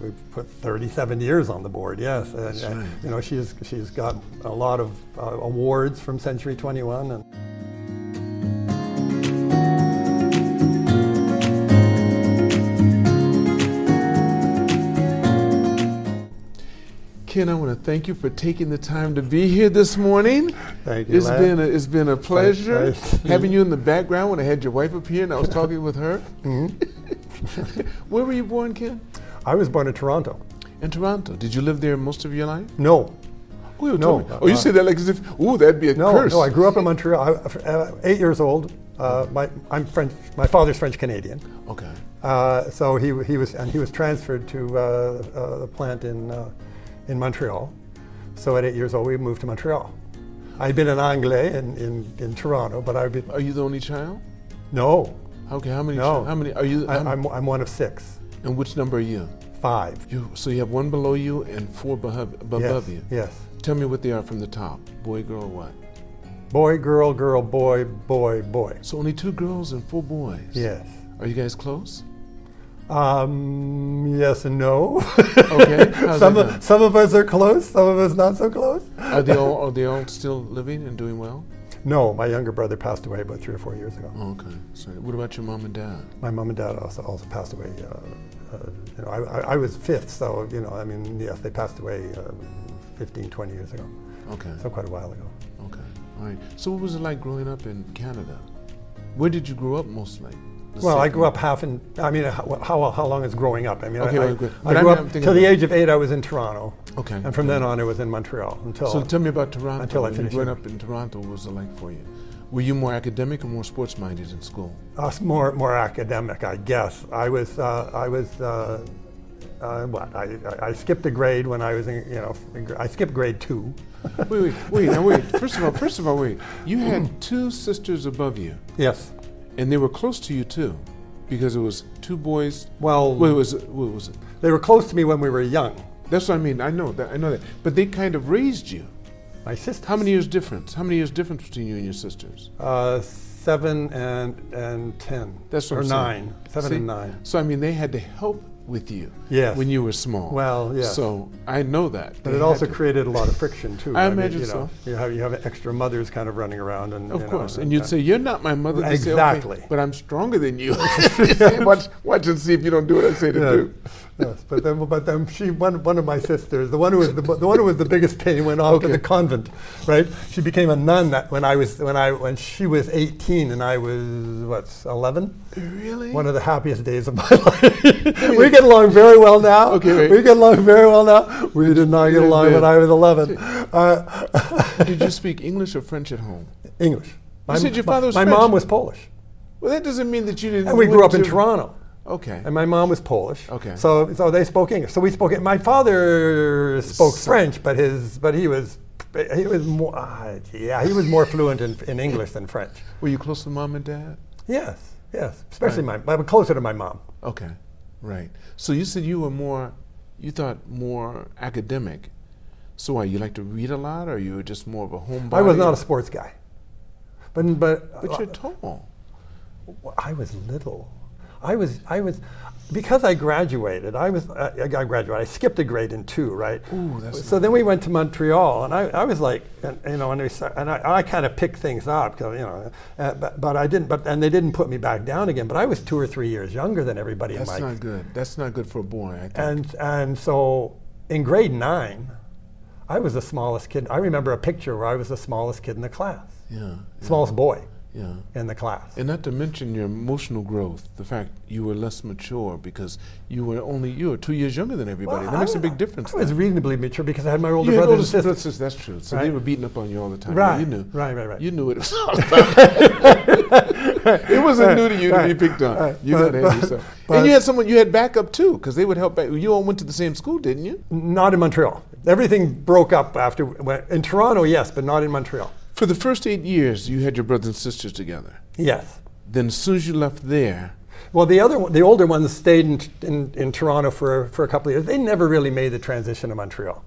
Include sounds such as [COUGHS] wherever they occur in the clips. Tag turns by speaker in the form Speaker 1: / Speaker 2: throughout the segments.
Speaker 1: we've put 37 years on the board, yes. And, uh, you know, she's, she's got a lot of uh, awards from Century 21. And,
Speaker 2: Ken, I want to thank you for taking the time to be here this morning.
Speaker 1: Thank you,
Speaker 2: It's
Speaker 1: Len.
Speaker 2: been a, it's been a pleasure
Speaker 1: nice to
Speaker 2: having you in the background when I had your wife up here and I was talking with her.
Speaker 1: Mm-hmm.
Speaker 2: [LAUGHS] Where were you born, Ken?
Speaker 1: I was born in Toronto.
Speaker 2: In Toronto. Did you live there most of your life?
Speaker 1: No,
Speaker 2: Oh, you
Speaker 1: No,
Speaker 2: told me. Oh, you
Speaker 1: uh,
Speaker 2: say that like as if, ooh, that'd be a
Speaker 1: no,
Speaker 2: curse.
Speaker 1: no. I grew up in Montreal. I, uh, eight years old. Uh, my, I'm French. My father's French Canadian.
Speaker 2: okay.
Speaker 1: Uh, so he, he was, and he was transferred to uh, uh, the plant in, uh, in Montreal. So at eight years old, we moved to Montreal. I'd been in Anglais in, in, in Toronto, but I'd be,
Speaker 2: Are you the only child?
Speaker 1: no,
Speaker 2: Okay, how many?
Speaker 1: No.
Speaker 2: chi- How many? Are you?
Speaker 1: I,
Speaker 2: how-
Speaker 1: I'm, I'm one of six,
Speaker 2: and which number are you?
Speaker 1: five.
Speaker 2: You. So you have one below you and four above, above
Speaker 1: Yes,
Speaker 2: you.
Speaker 1: yes.
Speaker 2: Tell me what they are from the top. Boy, girl, what?
Speaker 1: Boy, girl, girl, boy, boy, boy.
Speaker 2: So only two girls and four boys.
Speaker 1: Yes.
Speaker 2: Are you guys [COUGHS] close?
Speaker 1: Um, yes and no.
Speaker 2: Okay. [LAUGHS] How's
Speaker 1: some,
Speaker 2: that
Speaker 1: of, some of us are close, some of us not so close.
Speaker 2: going? Are they all? Are they all still living and doing well?
Speaker 1: No, my younger brother passed away about three or four years ago.
Speaker 2: Oh, okay. So what about your mom and dad?
Speaker 1: My mom and dad also, also passed away. Uh, uh, you know, I, I, I was fifth, so you know, I mean, yes, they passed away uh, 15, 20 years ago,
Speaker 2: Okay.
Speaker 1: so quite a while ago.
Speaker 2: Okay. All right. So what was it like growing up in Canada? Where did you grow up mostly? The
Speaker 1: Well, I
Speaker 2: city?
Speaker 1: grew up half in. I mean, how, how, how long is growing up? I mean,
Speaker 2: Okay,
Speaker 1: I, I,
Speaker 2: well, good.
Speaker 1: I
Speaker 2: But
Speaker 1: grew
Speaker 2: I'm- I'm
Speaker 1: up
Speaker 2: thinking
Speaker 1: till the
Speaker 2: about-
Speaker 1: age of eight. I was in Toronto,
Speaker 2: Okay.
Speaker 1: and from then on, I was in Montreal until.
Speaker 2: So tell me about Toronto.
Speaker 1: Until I
Speaker 2: When you
Speaker 1: finish
Speaker 2: growing
Speaker 1: it.
Speaker 2: up in Toronto, what was it like for you? Were you more academic or more sports minded in school?
Speaker 1: us more more academic, I guess. I was uh, I was uh, uh, what I, I I skipped a grade when I was in, you know I skipped grade two.
Speaker 2: [LAUGHS] wait, wait, wait, now wait. First of all, first of all, wait. [COUGHS] You had two sisters above you,
Speaker 1: [LAUGHS] Yes.
Speaker 2: and they were close to you too, because it was two boys.
Speaker 1: Well,
Speaker 2: Wait, was it, what was it?
Speaker 1: they were close to me when we were young.
Speaker 2: That's what I mean. I know that. I know that. But they kind of raised you.
Speaker 1: My sister.
Speaker 2: How many years difference? How many years difference between you and your sisters?
Speaker 1: Uh, seven and and ten.
Speaker 2: That's what
Speaker 1: or
Speaker 2: I'm saying.
Speaker 1: nine. Seven
Speaker 2: See?
Speaker 1: and nine.
Speaker 2: So I mean, they had to help with you.
Speaker 1: Yes.
Speaker 2: When you were small.
Speaker 1: Well, yes.
Speaker 2: So I know that.
Speaker 1: But
Speaker 2: They
Speaker 1: it
Speaker 2: had
Speaker 1: also
Speaker 2: to-
Speaker 1: created a lot of friction too.
Speaker 2: I
Speaker 1: mean,
Speaker 2: imagine
Speaker 1: you know, You have you have extra mothers kind of running around and
Speaker 2: Of
Speaker 1: you know,
Speaker 2: course, and you'd say you're not my mother. They'd say,
Speaker 1: Exactly.
Speaker 2: okay, but I'm stronger than
Speaker 1: [LAUGHS]
Speaker 2: you. [LAUGHS] watch, watch and see if you don't do what I say to
Speaker 1: Yeah.
Speaker 2: do.
Speaker 1: [LAUGHS] yes, but then, but then she one one of my sisters, the one who was the, the one who was the biggest pain, went off
Speaker 2: Okay.
Speaker 1: to the convent, right? She became a nun that when I was when I when she was eighteen and I was what eleven.
Speaker 2: Really?
Speaker 1: One of the happiest days of my [LAUGHS] life. we get along very well now.
Speaker 2: Okay, wait.
Speaker 1: we get along very well now. We did not get
Speaker 2: Yeah,
Speaker 1: along
Speaker 2: yeah.
Speaker 1: when I was eleven. Uh, [LAUGHS]
Speaker 2: Did you speak English or French at home?
Speaker 1: English. My,
Speaker 2: said your
Speaker 1: my-
Speaker 2: father was
Speaker 1: my
Speaker 2: French.
Speaker 1: mom was Polish,
Speaker 2: Well, that doesn't mean that you didn't.
Speaker 1: and we grew
Speaker 2: went
Speaker 1: up in
Speaker 2: to-
Speaker 1: Toronto.
Speaker 2: Okay.
Speaker 1: And my mom was Polish.
Speaker 2: Okay.
Speaker 1: So so they spoke English. So we spoke. it. My father spoke
Speaker 2: So-
Speaker 1: French, but his but he was he was more ah, yeah he was more fluent in, in English than French.
Speaker 2: Were you close to mom and dad?
Speaker 1: Yes, yes. Especially my I'm closer to my mom.
Speaker 2: Okay, right. So you said you were more, you thought more academic. So why you like to read a lot, or you were just more of a homebody?
Speaker 1: I was not a sports guy, but but
Speaker 2: But you're tall.
Speaker 1: Well, I was little. I was I was because I graduated. I was uh, I, I got graduated. I skipped a grade in two, right?
Speaker 2: Ooh, that's
Speaker 1: so then we went to Montreal, and I, I was like, and, you know, and, we, start- and I, I kind of picked things up, 'cause, you know, uh, but, but I didn't. But and they didn't put me back down again. But I was two or three years younger than everybody
Speaker 2: That's
Speaker 1: in my
Speaker 2: not good. That's not good for a boy. I think.
Speaker 1: and and so in grade nine, I was the smallest kid. I remember a picture where I was the smallest kid in the class,
Speaker 2: yeah,
Speaker 1: smallest boy
Speaker 2: yeah.
Speaker 1: in the class.
Speaker 2: And not to mention your emotional growth, the fact you were less mature because you were only you were two years younger than everybody. that
Speaker 1: I
Speaker 2: makes a
Speaker 1: was-
Speaker 2: big difference.
Speaker 1: I was reasonably mature because I had my older
Speaker 2: you had
Speaker 1: brother
Speaker 2: older
Speaker 1: and sister.
Speaker 2: sisters, that's true. So they
Speaker 1: Right.
Speaker 2: were beating up on you all the time.
Speaker 1: Right,
Speaker 2: You knew.
Speaker 1: right, right, right.
Speaker 2: You knew what it was
Speaker 1: [LAUGHS]
Speaker 2: all about. it wasn't new to you to
Speaker 1: right,
Speaker 2: be picked on.
Speaker 1: right.
Speaker 2: You
Speaker 1: But-
Speaker 2: had had
Speaker 1: but-
Speaker 2: yourself.
Speaker 1: but-
Speaker 2: and you had someone you had backup too, because they would help back you all went to the same school, didn't you?
Speaker 1: Not in Montreal. Everything broke up after. when- In Toronto, yes, but not in Montreal.
Speaker 2: For the first eight years you had your brothers and sisters together.
Speaker 1: Yes.
Speaker 2: Then as soon as you left there,
Speaker 1: Well, the other, one- the older ones stayed in, in, in Toronto for, for a couple of years. They never really made the transition to Montreal.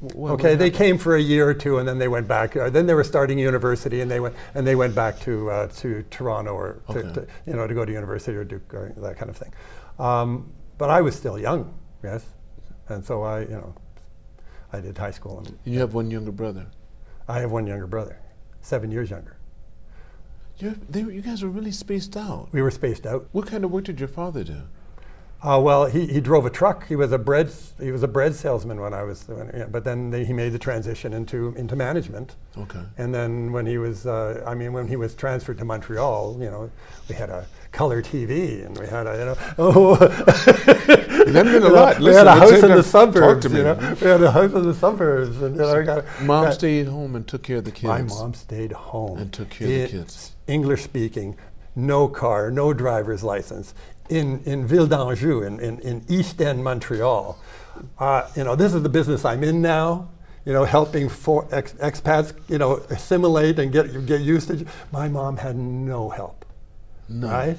Speaker 2: wh- what-
Speaker 1: Okay,
Speaker 2: what
Speaker 1: they
Speaker 2: happened?
Speaker 1: came for a year or two, and then they went back. Uh, then they were starting university, and they went and they went back to uh, to Toronto or to,
Speaker 2: Okay.
Speaker 1: to, you know to go to university or do or that kind of thing. Um, but I was still young. yes. And so I, you know, I did high school. And
Speaker 2: And you have one younger brother.
Speaker 1: I have one younger brother, seven years younger.
Speaker 2: You, have, they, were- you guys were really spaced out.
Speaker 1: We were spaced out.
Speaker 2: What kind of work did your father do?
Speaker 1: Uh, well, he, he drove a truck. He was a bread he was a bread salesman when I was, when, yeah, but then they, he made the transition into into management.
Speaker 2: Okay.
Speaker 1: And then when he was, uh, I mean, when he was transferred to Montreal, you know, we had a color TV and we had a, you know, [LAUGHS] oh,
Speaker 2: That meant a
Speaker 1: you know,
Speaker 2: lot.
Speaker 1: we had
Speaker 2: Listen,
Speaker 1: a
Speaker 2: it
Speaker 1: house
Speaker 2: saved
Speaker 1: in
Speaker 2: up-
Speaker 1: the
Speaker 2: talk to
Speaker 1: suburbs, you
Speaker 2: me.
Speaker 1: know, we had a house in the suburbs, and you know, I got
Speaker 2: Mom
Speaker 1: got-
Speaker 2: stayed home and took care of the kids.
Speaker 1: My mom stayed home
Speaker 2: And took care of the
Speaker 1: It-
Speaker 2: kids.
Speaker 1: English speaking, no car, no driver's license. In, in Ville d'Anjou, in, in, in East End, Montreal. Uh, you know, this is the business I'm in now. You know, helping for ex- expats, you know, assimilate and get, get used to. My mom had no help,
Speaker 2: No.
Speaker 1: right?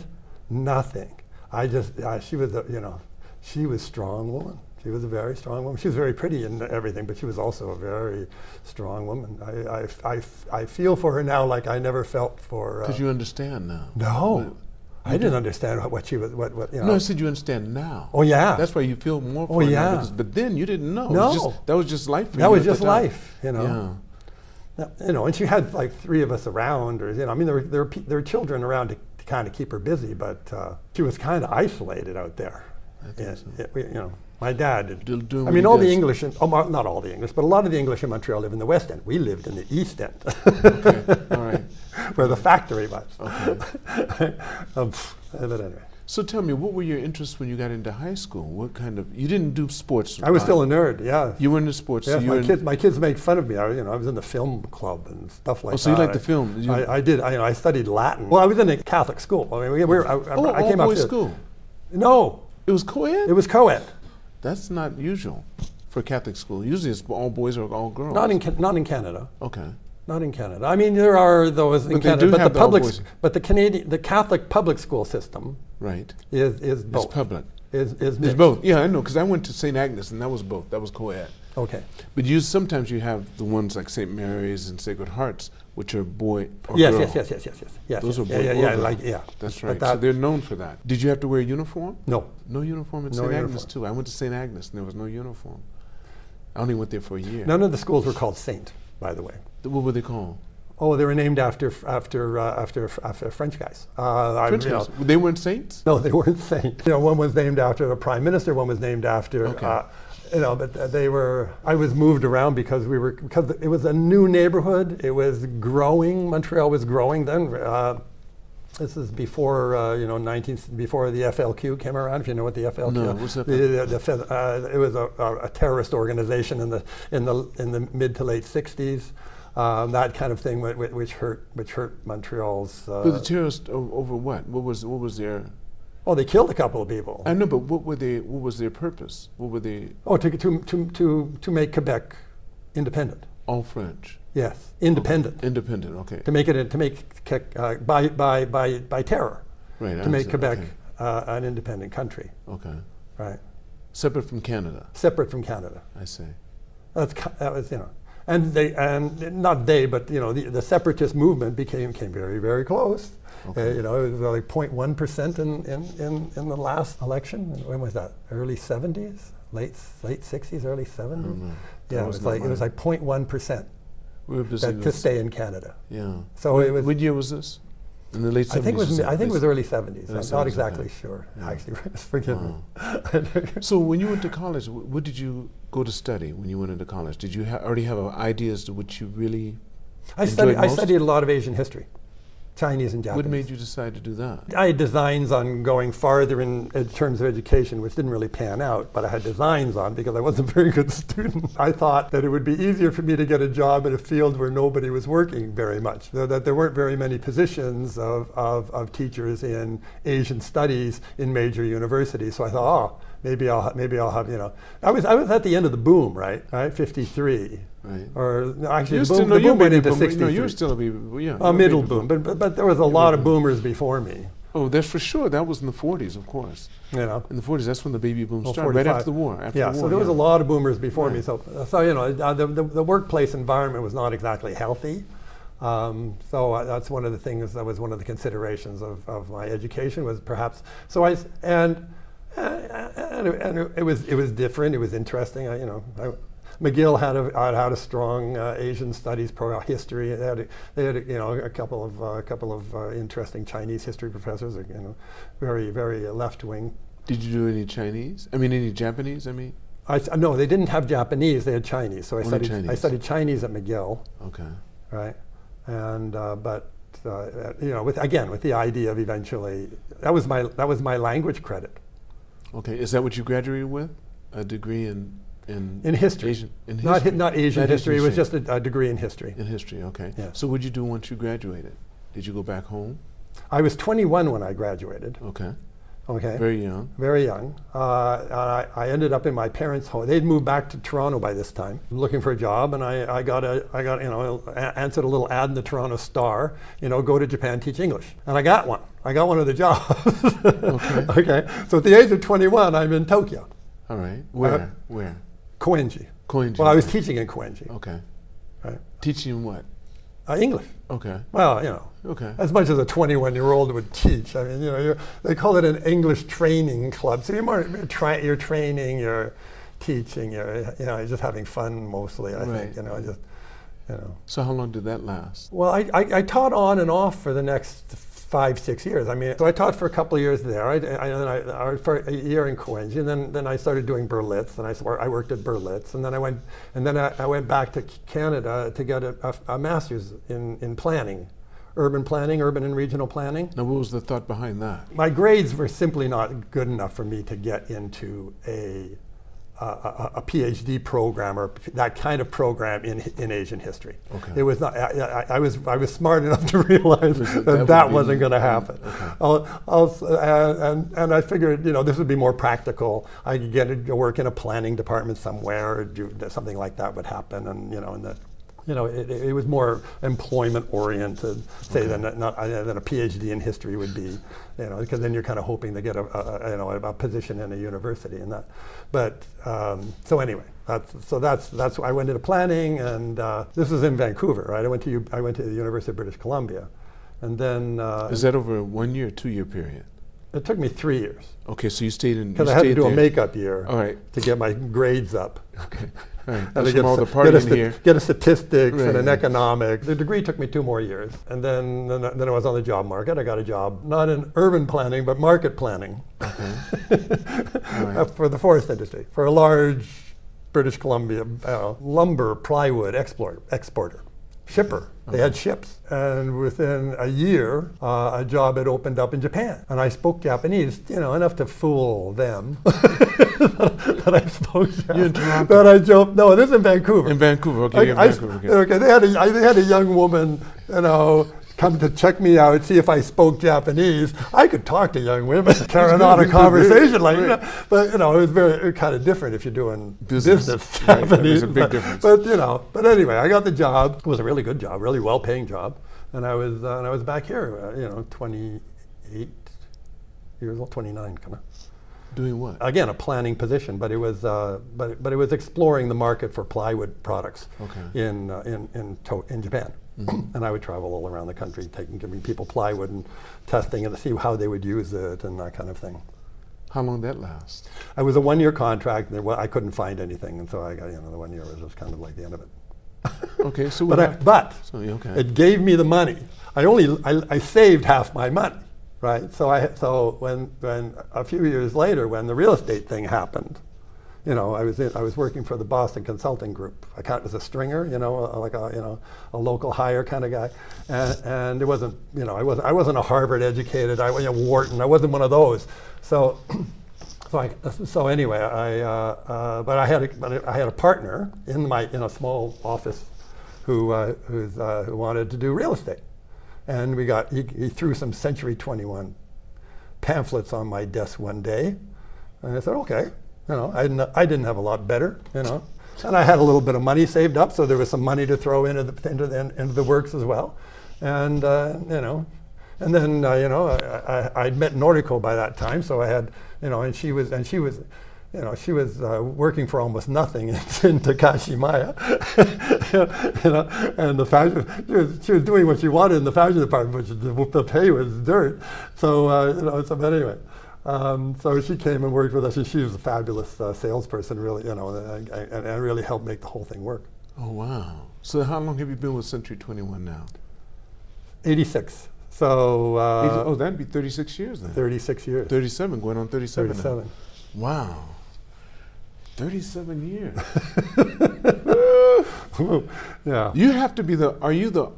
Speaker 1: Nothing. I just, I, she was, a, you know, she was strong woman. She was a very strong woman. She was very pretty and everything, but she was also a very strong woman. I, I, I, I feel for her now like I never felt for. uh,
Speaker 2: Because you understand now.
Speaker 1: no, I didn't understand what, what she was. What, what you know?
Speaker 2: No, I said you understand now.
Speaker 1: oh yeah,
Speaker 2: That's why you feel more for
Speaker 1: Oh,
Speaker 2: it now
Speaker 1: yeah.
Speaker 2: because- but then you didn't know. It was
Speaker 1: No.
Speaker 2: just- that was just life for
Speaker 1: that
Speaker 2: you
Speaker 1: was
Speaker 2: at the
Speaker 1: just
Speaker 2: time.
Speaker 1: life. You know,
Speaker 2: Yeah.
Speaker 1: Now, you know, and she had like three of us around, or you know, I mean, there were there were, pe- there were children around to, to kind of keep her busy, but uh, she was kind of isolated out there. And it- we- you know, my dad.
Speaker 2: Do-
Speaker 1: I
Speaker 2: doing what
Speaker 1: mean,
Speaker 2: he
Speaker 1: all the
Speaker 2: does.
Speaker 1: English, in, oh, mo- not all the English, but a lot of the English in Montreal live in the West End. We lived in the East End, [LAUGHS]
Speaker 2: Okay. [LAUGHS] All right.
Speaker 1: where the factory was.
Speaker 2: Okay.
Speaker 1: [LAUGHS] Um, pff, but anyway,
Speaker 2: So tell me, what were your interests when you got into high school? What kind of you didn't do sports?
Speaker 1: I was
Speaker 2: right?
Speaker 1: still a nerd. Yeah.
Speaker 2: You were into sports. so
Speaker 1: Yes,
Speaker 2: you
Speaker 1: my
Speaker 2: were in-
Speaker 1: kids, my kids make fun of me. I, you know, I was in the film club and stuff like
Speaker 2: Oh,
Speaker 1: that.
Speaker 2: so you liked
Speaker 1: I-
Speaker 2: the film. You-
Speaker 1: I, I did. I, you know, I studied Latin. Well, I was in a Catholic school. I mean, we we were. I, I-
Speaker 2: oh,
Speaker 1: I came out
Speaker 2: all-boys
Speaker 1: to-
Speaker 2: school.
Speaker 1: No,
Speaker 2: It was co-ed.
Speaker 1: it was co-ed.
Speaker 2: That's not usual for Catholic school. Usually, it's all boys or all girls.
Speaker 1: Not in Ca- not in Canada.
Speaker 2: okay.
Speaker 1: Not in Canada. I mean, there are those in
Speaker 2: But they
Speaker 1: Canada,
Speaker 2: do
Speaker 1: but
Speaker 2: have
Speaker 1: the
Speaker 2: the all
Speaker 1: public,
Speaker 2: boys.
Speaker 1: but the Canadian, the Catholic public school system
Speaker 2: Right.
Speaker 1: is is
Speaker 2: It's
Speaker 1: both.
Speaker 2: public.
Speaker 1: is is
Speaker 2: It's
Speaker 1: mixed.
Speaker 2: both. Yeah, I know because I went to St. Agnes and that was both. That was co-ed.
Speaker 1: Okay.
Speaker 2: But you sometimes you have the ones like St. Mary's and Sacred Hearts, which are boy or
Speaker 1: Yes,
Speaker 2: Oh, girl.
Speaker 1: yes, yes, yes, yes, yes, yes.
Speaker 2: Those
Speaker 1: yes.
Speaker 2: are
Speaker 1: yeah,
Speaker 2: boy
Speaker 1: yeah,
Speaker 2: or
Speaker 1: yeah,
Speaker 2: girl.
Speaker 1: like yeah.
Speaker 2: That's
Speaker 1: But
Speaker 2: right. so
Speaker 1: that-
Speaker 2: they're known for that. Did you have to wear a uniform?
Speaker 1: no,
Speaker 2: No uniform at
Speaker 1: No
Speaker 2: St. Agnes
Speaker 1: uniform.
Speaker 2: too. I went to St. Agnes and there was no uniform. I only went there for a year.
Speaker 1: none of the schools were called Saint, by the way.
Speaker 2: Th- What were they called?
Speaker 1: Oh, they were named after after uh, after after French guys. Uh, I-
Speaker 2: French
Speaker 1: you know,
Speaker 2: girls. They weren't saints.
Speaker 1: [LAUGHS] no, they weren't saints. You know, one was named after the prime minister. One was named after.
Speaker 2: Okay.
Speaker 1: Uh, you know, but th- they were. I was moved around because we were because it was a new neighborhood. It was growing. Montreal was growing then. Uh, this is before uh, you know 19 before the FLQ came around. If you know what the FLQ,
Speaker 2: No, what's that?
Speaker 1: The, the, the, Fe- uh, it was a, a a terrorist organization in the in the in the mid to late 60s. Um, that kind of thing, whi- whi- which hurt which hurt Montreal's. Uh,
Speaker 2: But the terrorists o- over what? What was what was their?
Speaker 1: Oh, they killed a couple of people.
Speaker 2: I know, but what were they? What was their purpose? What were they?
Speaker 1: oh, to, to, to, to, to make Quebec independent.
Speaker 2: All French,
Speaker 1: Yes, independent.
Speaker 2: independent. Okay,
Speaker 1: To make it to make Quebec, uh, by, by, by, by terror
Speaker 2: right. I
Speaker 1: to make
Speaker 2: understand.
Speaker 1: Quebec
Speaker 2: Okay.
Speaker 1: uh, an independent country,
Speaker 2: Okay.
Speaker 1: right?
Speaker 2: separate from Canada.
Speaker 1: Separate from Canada.
Speaker 2: I see.
Speaker 1: That's ki- that was you know, and they and not they, but you know, the, the separatist movement became came very very close.
Speaker 2: Okay.
Speaker 1: Uh, you know, it was like 0.1 percent in, in, in, in the last election. When was that? Early 70s, late late 60s, early 70s.
Speaker 2: know. Mm-hmm. That
Speaker 1: Yeah, it
Speaker 2: was
Speaker 1: was
Speaker 2: not
Speaker 1: like it was
Speaker 2: mine.
Speaker 1: like 0.1 percent
Speaker 2: We were busy.
Speaker 1: that to
Speaker 2: With,
Speaker 1: stay in Canada.
Speaker 2: yeah.
Speaker 1: So it was.
Speaker 2: What year was this? In the late
Speaker 1: I think it was I think it was early 70s.
Speaker 2: Early
Speaker 1: I'm not
Speaker 2: 70s,
Speaker 1: exactly
Speaker 2: okay.
Speaker 1: sure.
Speaker 2: Yeah. Hmm.
Speaker 1: Actually, [LAUGHS] forgive me.
Speaker 2: So when you went to college, wh- what did you go to study when you went into college? Did you ha- already have an idea as to what you really?
Speaker 1: I studied I
Speaker 2: most?
Speaker 1: studied a lot of Asian history, Chinese and Japanese.
Speaker 2: What made you decide to do that?
Speaker 1: I had designs on going farther in, in terms of education, which didn't really pan out, but I had designs on because I wasn't [LAUGHS] a very good student. I thought that it would be easier for me to get a job in a field where nobody was working very much, tho- that there weren't very many positions of, of, of teachers in Asian studies in major universities. So I thought, oh, maybe I'll, ha- maybe I'll have, you know. I was, I was at the end of the boom, right? Right? 53.
Speaker 2: Right.
Speaker 1: Or no, actually,
Speaker 2: You
Speaker 1: the
Speaker 2: still-
Speaker 1: boom,
Speaker 2: no,
Speaker 1: the
Speaker 2: you're
Speaker 1: boom went
Speaker 2: baby
Speaker 1: into
Speaker 2: boomer.
Speaker 1: 63.
Speaker 2: No, you're still a baby. Yeah,
Speaker 1: a
Speaker 2: you're
Speaker 1: middle
Speaker 2: baby
Speaker 1: boom, but, but, but there was a lot of boomers before me,
Speaker 2: Oh, that's for sure. That was in the 40s, of course.
Speaker 1: you know.
Speaker 2: In the 40s, that's when the baby boom
Speaker 1: Well,
Speaker 2: started. Right
Speaker 1: 45.
Speaker 2: after the war.
Speaker 1: Oh,
Speaker 2: After
Speaker 1: yeah,
Speaker 2: the war,
Speaker 1: so there was a
Speaker 2: yeah.
Speaker 1: lot of boomers before me.
Speaker 2: Right.
Speaker 1: So, so you know, uh, the, the, the workplace environment was not exactly healthy. Um, so uh, that's one of the things that was one of the considerations of, of my education was perhaps so I s- and Uh, and, it, and it- it was it was different. It was interesting. I, you know, I, McGill had a had, had a strong uh, Asian studies pro history. They had a, they had a, you know a couple of uh, a couple of uh, interesting Chinese history professors. uh, You know, very very left wing.
Speaker 2: Did you do any Chinese? I mean, any Japanese? I mean,
Speaker 1: I, s- no, they didn't have Japanese. They had Chinese. So I
Speaker 2: Only
Speaker 1: studied I
Speaker 2: Chinese.
Speaker 1: studied Chinese at McGill,
Speaker 2: okay.
Speaker 1: right? And uh, but uh, you know, with again with the idea of eventually that was my that was my language credit.
Speaker 2: Okay, is that what you graduated with? A degree in in
Speaker 1: In history.
Speaker 2: Asian, in history.
Speaker 1: Not, hi- not Asian
Speaker 2: Not
Speaker 1: history, it was
Speaker 2: history.
Speaker 1: just a, a degree in history.
Speaker 2: in history. Okay.
Speaker 1: Yeah.
Speaker 2: So what'd you do once you graduated? Did you go back home?
Speaker 1: I was 21 when I graduated,
Speaker 2: Okay.
Speaker 1: okay? Very,
Speaker 2: Very young.
Speaker 1: young. Uh, and I, I ended up in my parents' home. They'd moved back to Toronto by this time, looking for a job, and I, I got, a, I got, you know, a- answered a little ad in the Toronto Star, you know, go to Japan, teach English. And I got one. I got one of the jobs. [LAUGHS] okay. So at the age of 21, I'm in Tokyo,
Speaker 2: All right. Where? Where?
Speaker 1: Koenji.
Speaker 2: Koenji.
Speaker 1: Uh-huh. Well, I was teaching in Koenji,
Speaker 2: okay.
Speaker 1: right?
Speaker 2: Teaching what?
Speaker 1: Uh, English.
Speaker 2: Okay.
Speaker 1: Well, you know,
Speaker 2: Okay.
Speaker 1: as much as a 21 year old would teach. I mean, you know, you're, they call it an English training club. So you're more you're, tra- you're training, you're teaching, you're you know, you're just having fun mostly. I
Speaker 2: Right.
Speaker 1: think you know, I just you know.
Speaker 2: So how long did that last?
Speaker 1: Well, I, I, I taught on and off for the next five, six years. I mean, so I taught for a couple of years there. I, I, then I, I for a year in Coenji, and then, then I started doing Berlitz, and I, s- I worked at Berlitz, and then I went, and then I, I went back to Canada to get a, a, a master's in, in planning, urban planning, urban and regional planning.
Speaker 2: Now, what was the thought behind that?
Speaker 1: My grades were simply not good enough for me to get into a a, a, a PhD program or that kind of program in in Asian history.
Speaker 2: Okay.
Speaker 1: It was not. I, I, I was I was smart enough to [LAUGHS] realize
Speaker 2: Was
Speaker 1: that
Speaker 2: it-
Speaker 1: that,
Speaker 2: that would
Speaker 1: wasn't
Speaker 2: be-
Speaker 1: going to happen. I'll, I'll, s- and, and and I figured you know this would be more practical. I could get to work in a planning department somewhere, or do something like that would happen, and you know and that. You know, it, it was more employment-oriented, say, than, a- not, uh, than a PhD in history would be, you know, because then you're kind of hoping to get a, a, a, you know, a position in a university and that. But, um, so anyway, that's, so that's, that's, I went into planning, and uh, this was in Vancouver, right? I went to, U, I went to the University of British Columbia. And then uh,
Speaker 2: Is that over a one-year, two-year period?
Speaker 1: it took me three years
Speaker 2: Okay, so you stayed in.
Speaker 1: because
Speaker 2: you
Speaker 1: I had to
Speaker 2: stayed
Speaker 1: do a
Speaker 2: there.
Speaker 1: makeup year
Speaker 2: All right. [LAUGHS]
Speaker 1: to get my grades up.
Speaker 2: Okay. All right.
Speaker 1: And
Speaker 2: That's
Speaker 1: I
Speaker 2: from all the
Speaker 1: sta- get a
Speaker 2: partying
Speaker 1: sta-
Speaker 2: here.
Speaker 1: Get a statistics
Speaker 2: Right,
Speaker 1: and an
Speaker 2: right.
Speaker 1: economic. The degree took me two more years, and then then, I- then I was on the job market. I got a job not in urban planning but market planning [LAUGHS]
Speaker 2: Mm-hmm.
Speaker 1: Uh, for the forest industry for a large British Columbia uh, lumber plywood export exporter. Shipper. They had
Speaker 2: Mm-hmm.
Speaker 1: ships. And within a year, uh, a job had opened up in Japan. And I spoke Japanese, you know, enough to fool them [LAUGHS] that I spoke
Speaker 2: You're in
Speaker 1: Jap-
Speaker 2: Toronto.
Speaker 1: That [LAUGHS] I joked. No, this is in Vancouver.
Speaker 2: In Vancouver. Okay.
Speaker 1: I,
Speaker 2: you're in
Speaker 1: I-
Speaker 2: Vancouver. okay.
Speaker 1: okay, they had, a, I, they had a young woman, you know, come to check me out, see if I spoke Japanese. I could talk to young women, [LAUGHS]
Speaker 2: [LAUGHS]
Speaker 1: carrying on a conversation like that. But, you know, it was very kind of different if you're doing
Speaker 2: Business.
Speaker 1: business, [LAUGHS]
Speaker 2: Right,
Speaker 1: Japanese.
Speaker 2: that was a big
Speaker 1: but,
Speaker 2: difference.
Speaker 1: But, you know, but anyway, I got the job. It was a really good job, really well-paying job. And I was, uh, and I was back here, uh, you know, 28 years old, 29, kind of
Speaker 2: Doing what?
Speaker 1: again a planning position, but it was uh, but but it was exploring the market for plywood products
Speaker 2: Okay.
Speaker 1: in uh, in in, to- in Japan. and I would travel all around the country, taking giving people plywood and testing it to see how they would use it and that kind of thing.
Speaker 2: How long did that
Speaker 1: [LAUGHS]
Speaker 2: last?
Speaker 1: I was a one-year contract. There, wa- I couldn't find anything, and so I got you know the one year was just kind of like the end of it.
Speaker 2: Okay. So
Speaker 1: But
Speaker 2: what
Speaker 1: I,
Speaker 2: hap-
Speaker 1: but
Speaker 2: So, yeah, okay.
Speaker 1: it gave me the money. I only I, I saved half my money, right? So I so when when a few years later when the real estate thing happened, you know I was in, I was working for the Boston Consulting Group. I kind was a stringer, you know, a- like a you know a local hire kind of guy, and, and it wasn't you know I wasn't I wasn't a Harvard educated I was a Wharton I wasn't one of those, so. [CLEARS THROAT] So, I, so anyway, I, uh, uh, but I had a, but I had a partner in my in a small office who uh, who's, uh, who wanted to do real estate, and we got he, he threw some Century 21 pamphlets on my desk one day, and I said okay, you know I didn't I didn't have a lot better you know, and I had a little bit of money saved up, so there was some money to throw into the into the, into the works as well, and uh, you know and then uh, you know I, I, I'd met Nordico by that time, so I had you know, and she was and she was, you know, she was uh, working for almost nothing [LAUGHS] in, Takashi Maya, [LAUGHS] you know, and the fashion she was, she was doing what she wanted in the fashion department, but the, the pay was dirt. So uh, you know, so but anyway. Um, so she came and worked with us. and She was a fabulous uh, salesperson, really, you know, and, and, and really helped make the whole thing work.
Speaker 2: Oh, wow. So how long have you been with Century 21 now?
Speaker 1: 86. So uh,
Speaker 2: oh, that'd be 36 years then.
Speaker 1: 36 years.
Speaker 2: 37, going on 37 now.
Speaker 1: 37.
Speaker 2: Wow. 37 years. [LAUGHS]
Speaker 1: [LAUGHS] yeah.
Speaker 2: you have to be the, are you the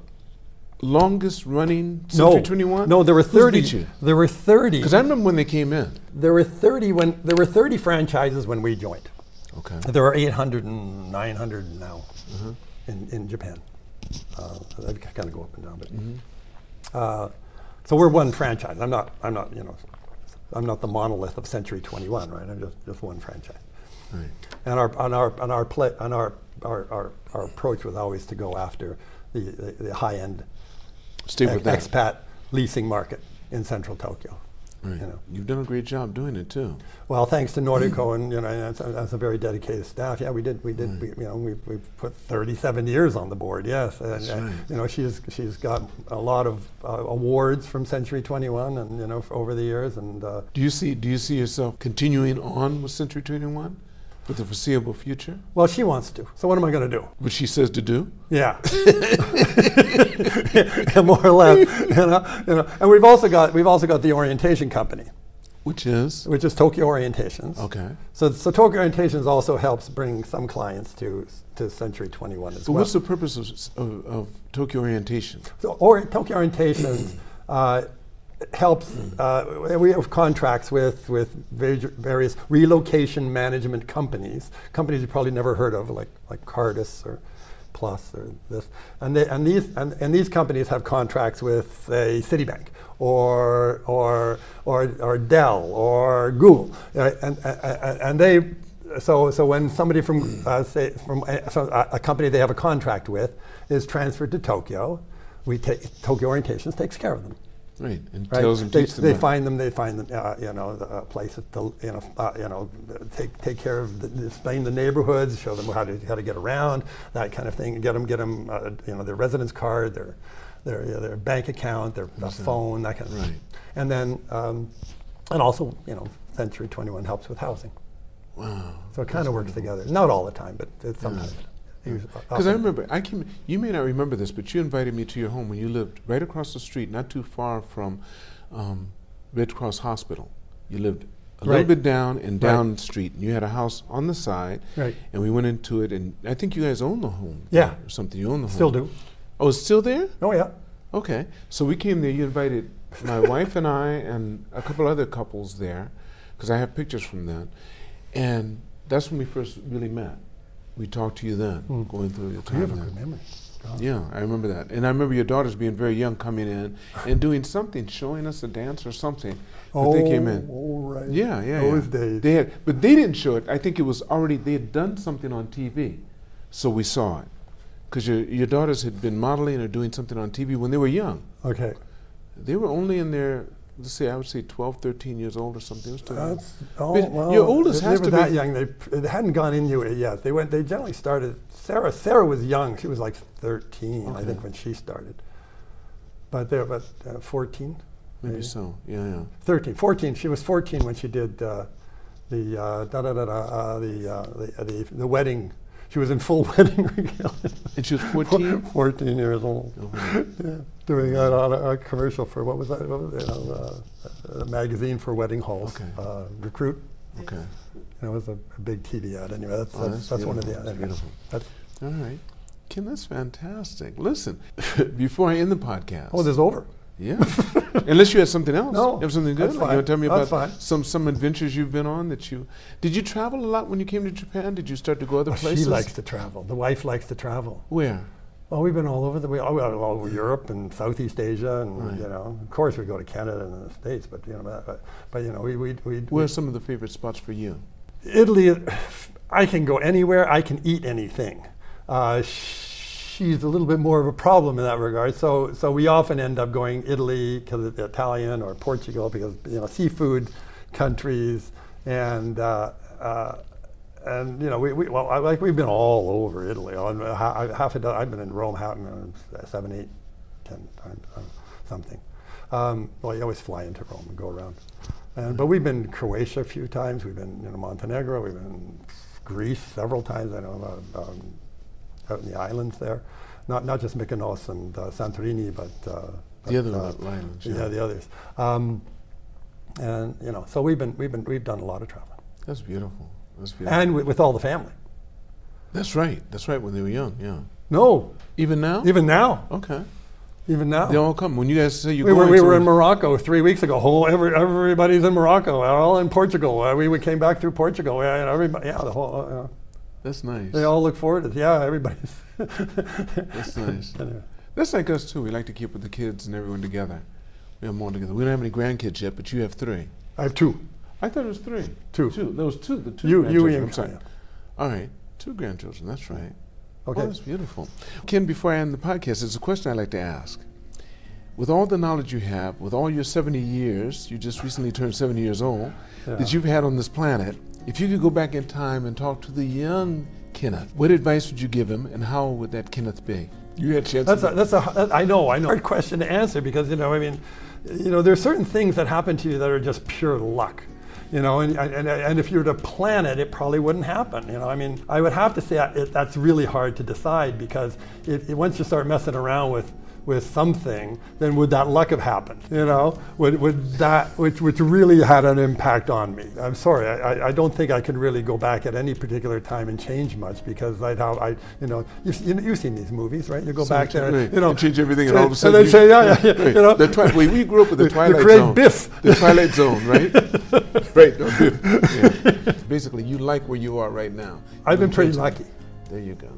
Speaker 2: longest running
Speaker 1: No.
Speaker 2: Century 21?
Speaker 1: No, there were
Speaker 2: Who's
Speaker 1: 30.
Speaker 2: beat you?
Speaker 1: There were 30.
Speaker 2: Because I remember when they came in.
Speaker 1: There were 30 when there were 30 franchises when we joined.
Speaker 2: Okay.
Speaker 1: There are 800 and 900 now
Speaker 2: Mm-hmm.
Speaker 1: in, in Japan. Uh, they kind of go up and down, but
Speaker 2: Mm-hmm.
Speaker 1: uh, so we're one franchise. I'm not. I'm not. You know, I'm not the monolith of Century 21, right? I'm just just one franchise.
Speaker 2: Right.
Speaker 1: And our on our on our play on our our, our our approach was always to go after the the, the high end
Speaker 2: Stay with that.
Speaker 1: expat leasing market in central Tokyo.
Speaker 2: Right.
Speaker 1: you know.
Speaker 2: You've done a great job doing it too.
Speaker 1: Well, thanks to Nordico and you know and that's, that's a very dedicated staff. Yeah, we did we did
Speaker 2: Mm.
Speaker 1: we, you know we we put 37 years on the board. Yes, and, uh,
Speaker 2: right.
Speaker 1: you know she's she's got a lot of uh, awards from Century 21 and you know f- over the years and uh,
Speaker 2: Do you see do you see yourself continuing on with Century 21 for the foreseeable future?
Speaker 1: well she wants to. So what am I going to do?
Speaker 2: Which she says to do?
Speaker 1: Yeah. [LAUGHS] More or less, you know, you know. And we've also got we've also got the orientation company,
Speaker 2: Which is
Speaker 1: which is Tokyo Orientations.
Speaker 2: okay.
Speaker 1: So, so Tokyo Orientations also helps bring some clients to to Century 21 as
Speaker 2: But
Speaker 1: well.
Speaker 2: what's the purpose of, s- of, of Tokyo Orientation?
Speaker 1: So or, Tokyo Orientations uh, helps. Uh, we have contracts with with vaj- various relocation management companies, companies you probably never heard of, like like Cardis or Plus or this, and they, and these and, and these companies have contracts with say Citibank or or or, or Dell or Google, uh, and, and and they so, so when somebody from, uh, say, from a, so uh, a, a company they have a contract with is transferred to Tokyo, we take Tokyo Orientations takes care of them.
Speaker 2: Right. And
Speaker 1: Right?
Speaker 2: tells and
Speaker 1: they
Speaker 2: teach them
Speaker 1: they
Speaker 2: that.
Speaker 1: find them. They find them. Uh, you know, the uh, places to you know, uh, you know, take take care of, the, explain the neighborhoods, show them how to how to get around, that kind of thing. Get them, get them, uh, you know, their residence card, their their you know, their bank account, their uh, phone, that kind of
Speaker 2: Right.
Speaker 1: thing. And then, um, and also, you know, Century Twenty One helps with housing.
Speaker 2: Wow.
Speaker 1: So it kind of works together. Not all the time, but it's sometimes. uh,
Speaker 2: Because I remember, I came. You may not remember this, but you invited me to your home when you lived right across the street, not too far from um, Red Cross Hospital. You lived a little
Speaker 1: Right.
Speaker 2: bit down and down the street, and you had a house on the side.
Speaker 1: Right.
Speaker 2: And we went into it, and I think you guys own the home.
Speaker 1: Yeah.
Speaker 2: Or something. You own the
Speaker 1: still
Speaker 2: home.
Speaker 1: do.
Speaker 2: Oh, it's still there?
Speaker 1: Oh yeah.
Speaker 2: Okay. So we came there. You invited my
Speaker 1: [LAUGHS]
Speaker 2: wife and I and a couple other couples there, because I have pictures from that. And that's when we first really met. We talked to you then, going through your
Speaker 1: Hmm. You
Speaker 2: time.
Speaker 1: have a
Speaker 2: there.
Speaker 1: good memory. God.
Speaker 2: Yeah, I remember that. And I remember your daughters being very young coming in and doing something, showing us a dance or something. But they came in.
Speaker 1: Oh right.
Speaker 2: Yeah, yeah.
Speaker 1: Those
Speaker 2: yeah.
Speaker 1: days.
Speaker 2: They had, but they didn't show it. I think it was already, they had done something on TV. So we saw it. Because your, your daughters had been modeling or doing something on TV when they were young.
Speaker 1: okay.
Speaker 2: They were only in their, let's say, I would say 12, 13 years old or something. It was still young.
Speaker 1: That's, oh,
Speaker 2: But
Speaker 1: well,
Speaker 2: your oldest
Speaker 1: if they
Speaker 2: has
Speaker 1: were
Speaker 2: to
Speaker 1: that
Speaker 2: be-
Speaker 1: young. They, they hadn't gone into it yet. They went. They generally started. Sarah. Sarah was young. She was like thirteen, I
Speaker 2: Okay.
Speaker 1: think, when she started. But they were about uh, fourteen.
Speaker 2: Maybe so. Yeah, yeah.
Speaker 1: 13, 14. She was 14 when she did uh, the uh, da da da da uh, the, uh, the, uh, the the wedding. She was in full [LAUGHS] wedding regalia.
Speaker 2: And she was
Speaker 1: [LAUGHS]
Speaker 2: Oh, 14?
Speaker 1: 14 years old.
Speaker 2: Okay.
Speaker 1: Yeah, doing that on a, a commercial for what was that? What was it? Uh, a, a magazine for wedding halls.
Speaker 2: Okay.
Speaker 1: Uh, Recruit.
Speaker 2: okay.
Speaker 1: And it was a, a big TV ad. Anyway, that's
Speaker 2: Oh,
Speaker 1: that's,
Speaker 2: that's
Speaker 1: that's one of the.
Speaker 2: beautiful. That's
Speaker 1: anyway,
Speaker 2: beautiful.
Speaker 1: that's-
Speaker 2: All right. Kim, that's fantastic. Listen, [LAUGHS] before I end the podcast.
Speaker 1: oh, this is over.
Speaker 2: Yeah. Unless you had something else.
Speaker 1: No,
Speaker 2: You have something good?
Speaker 1: that's
Speaker 2: You want
Speaker 1: fine.
Speaker 2: to tell me about
Speaker 1: That's fine.
Speaker 2: some some adventures you've been on that you Did you travel a lot when you came to Japan? Did you start to go other
Speaker 1: Oh,
Speaker 2: places?
Speaker 1: she likes to travel. The wife likes to travel.
Speaker 2: Where?
Speaker 1: Well, we've been all over the we all, all over Europe and Southeast Asia, and
Speaker 2: Right.
Speaker 1: you know, of course, we go to Canada and the States, but you know, but, but, but you know, we we we
Speaker 2: Where are some of the favorite spots for you?
Speaker 1: Italy. I can go anywhere. I can eat anything. Uh, she's a little bit more of a problem in that regard. So so we often end up going Italy because it's Italian or Portugal because you know seafood countries and. Uh, uh, and you know, we, we well, I, like we've been all over Italy. On ha- half a dozen, I've been in Rome, half, seven, eight, uh, ten times, um, something. Um, well, you always fly into Rome and go around. And, but we've been to Croatia a few times. We've been you know, Montenegro. We've been Greece several times. I know uh, um, out in the islands there, not not just Mykonos and uh, Santorini, but uh,
Speaker 2: The other
Speaker 1: but,
Speaker 2: one, islands,
Speaker 1: yeah.
Speaker 2: yeah.
Speaker 1: the others. Um, and you know, so we've been we've been we've done a lot of traveling,
Speaker 2: That's beautiful. That's beautiful.
Speaker 1: and with, with all the family.
Speaker 2: That's right. That's right. When they were young, yeah.
Speaker 1: No,
Speaker 2: Even now.
Speaker 1: even now,
Speaker 2: okay.
Speaker 1: even now.
Speaker 2: They all come. When you guys say you
Speaker 1: we
Speaker 2: go
Speaker 1: were, we
Speaker 2: into-
Speaker 1: were in Morocco three weeks ago. Whole every, everybody's in Morocco. We're all in Portugal. Uh, we, we came back through Portugal. Yeah, and everybody, yeah, the whole. Uh,
Speaker 2: That's nice.
Speaker 1: they all look forward to. it. Yeah, everybody's. [LAUGHS]
Speaker 2: That's nice.
Speaker 1: Anyway.
Speaker 2: That's like us too. We like to keep with the kids and everyone together. We have more together. We don't have any grandkids yet, but you have three.
Speaker 1: I have two.
Speaker 2: I thought it was three.
Speaker 1: Two.
Speaker 2: Two. There was two. The two.
Speaker 1: You, you,
Speaker 2: grandchildren.
Speaker 1: Ian.
Speaker 2: I'm sorry.
Speaker 1: yeah.
Speaker 2: All right. Two grandchildren. That's right.
Speaker 1: Okay.
Speaker 2: Oh, that's beautiful. Ken, before I end the podcast, there's a question I like to ask. With all the knowledge you have, with all your 70 years, you just recently turned 70 years old,
Speaker 1: Yeah.
Speaker 2: that you've had on this planet, if you could go back in time and talk to the young Kenneth, what advice would you give him and how would that Kenneth be? You had a chance.
Speaker 1: That's
Speaker 2: to-
Speaker 1: a, that's a that- I know I know hard question to answer because you know I mean, you know there's certain things that happen to you that are just pure luck, you know, and and, and if you were to plan it, it probably wouldn't happen. You know, I mean, I would have to say that it, that's really hard to decide because it, it, once you start messing around with with something, then would that luck have happened? You know, would, would that which which really had an impact on me? I'm sorry, I, I- I don't think I can really go back at any particular time and change much because I'd have I you know you've, you've seen these movies right? You go
Speaker 2: So
Speaker 1: back there,
Speaker 2: right.
Speaker 1: you know,
Speaker 2: You change everything and all of a sudden
Speaker 1: and
Speaker 2: you-
Speaker 1: they say, yeah, yeah, yeah,
Speaker 2: Right.
Speaker 1: you know,
Speaker 2: The twi- we, we grew up with the
Speaker 1: you
Speaker 2: Twilight
Speaker 1: create
Speaker 2: Zone.
Speaker 1: Biff.
Speaker 2: The Twilight
Speaker 1: [LAUGHS]
Speaker 2: Zone, right? right. no, Biff. Yeah. Basically, you like where you are right now.
Speaker 1: I've
Speaker 2: You
Speaker 1: been pretty
Speaker 2: change-
Speaker 1: lucky.
Speaker 2: There you go.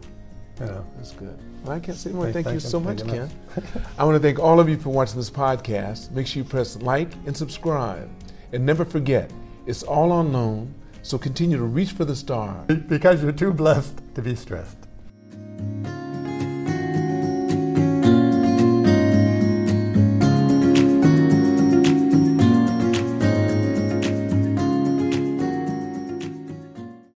Speaker 1: You know.
Speaker 2: That's good. Well, I can't say more.
Speaker 1: Thank-
Speaker 2: Thank, you
Speaker 1: thank you.
Speaker 2: so
Speaker 1: Thank
Speaker 2: much,
Speaker 1: you
Speaker 2: Ken.
Speaker 1: much. [LAUGHS]
Speaker 2: I want to thank all of you for watching this podcast. Make sure you press like and subscribe. And never forget, it's all on loan, so continue to reach for the stars.
Speaker 1: Because you're too blessed to be stressed.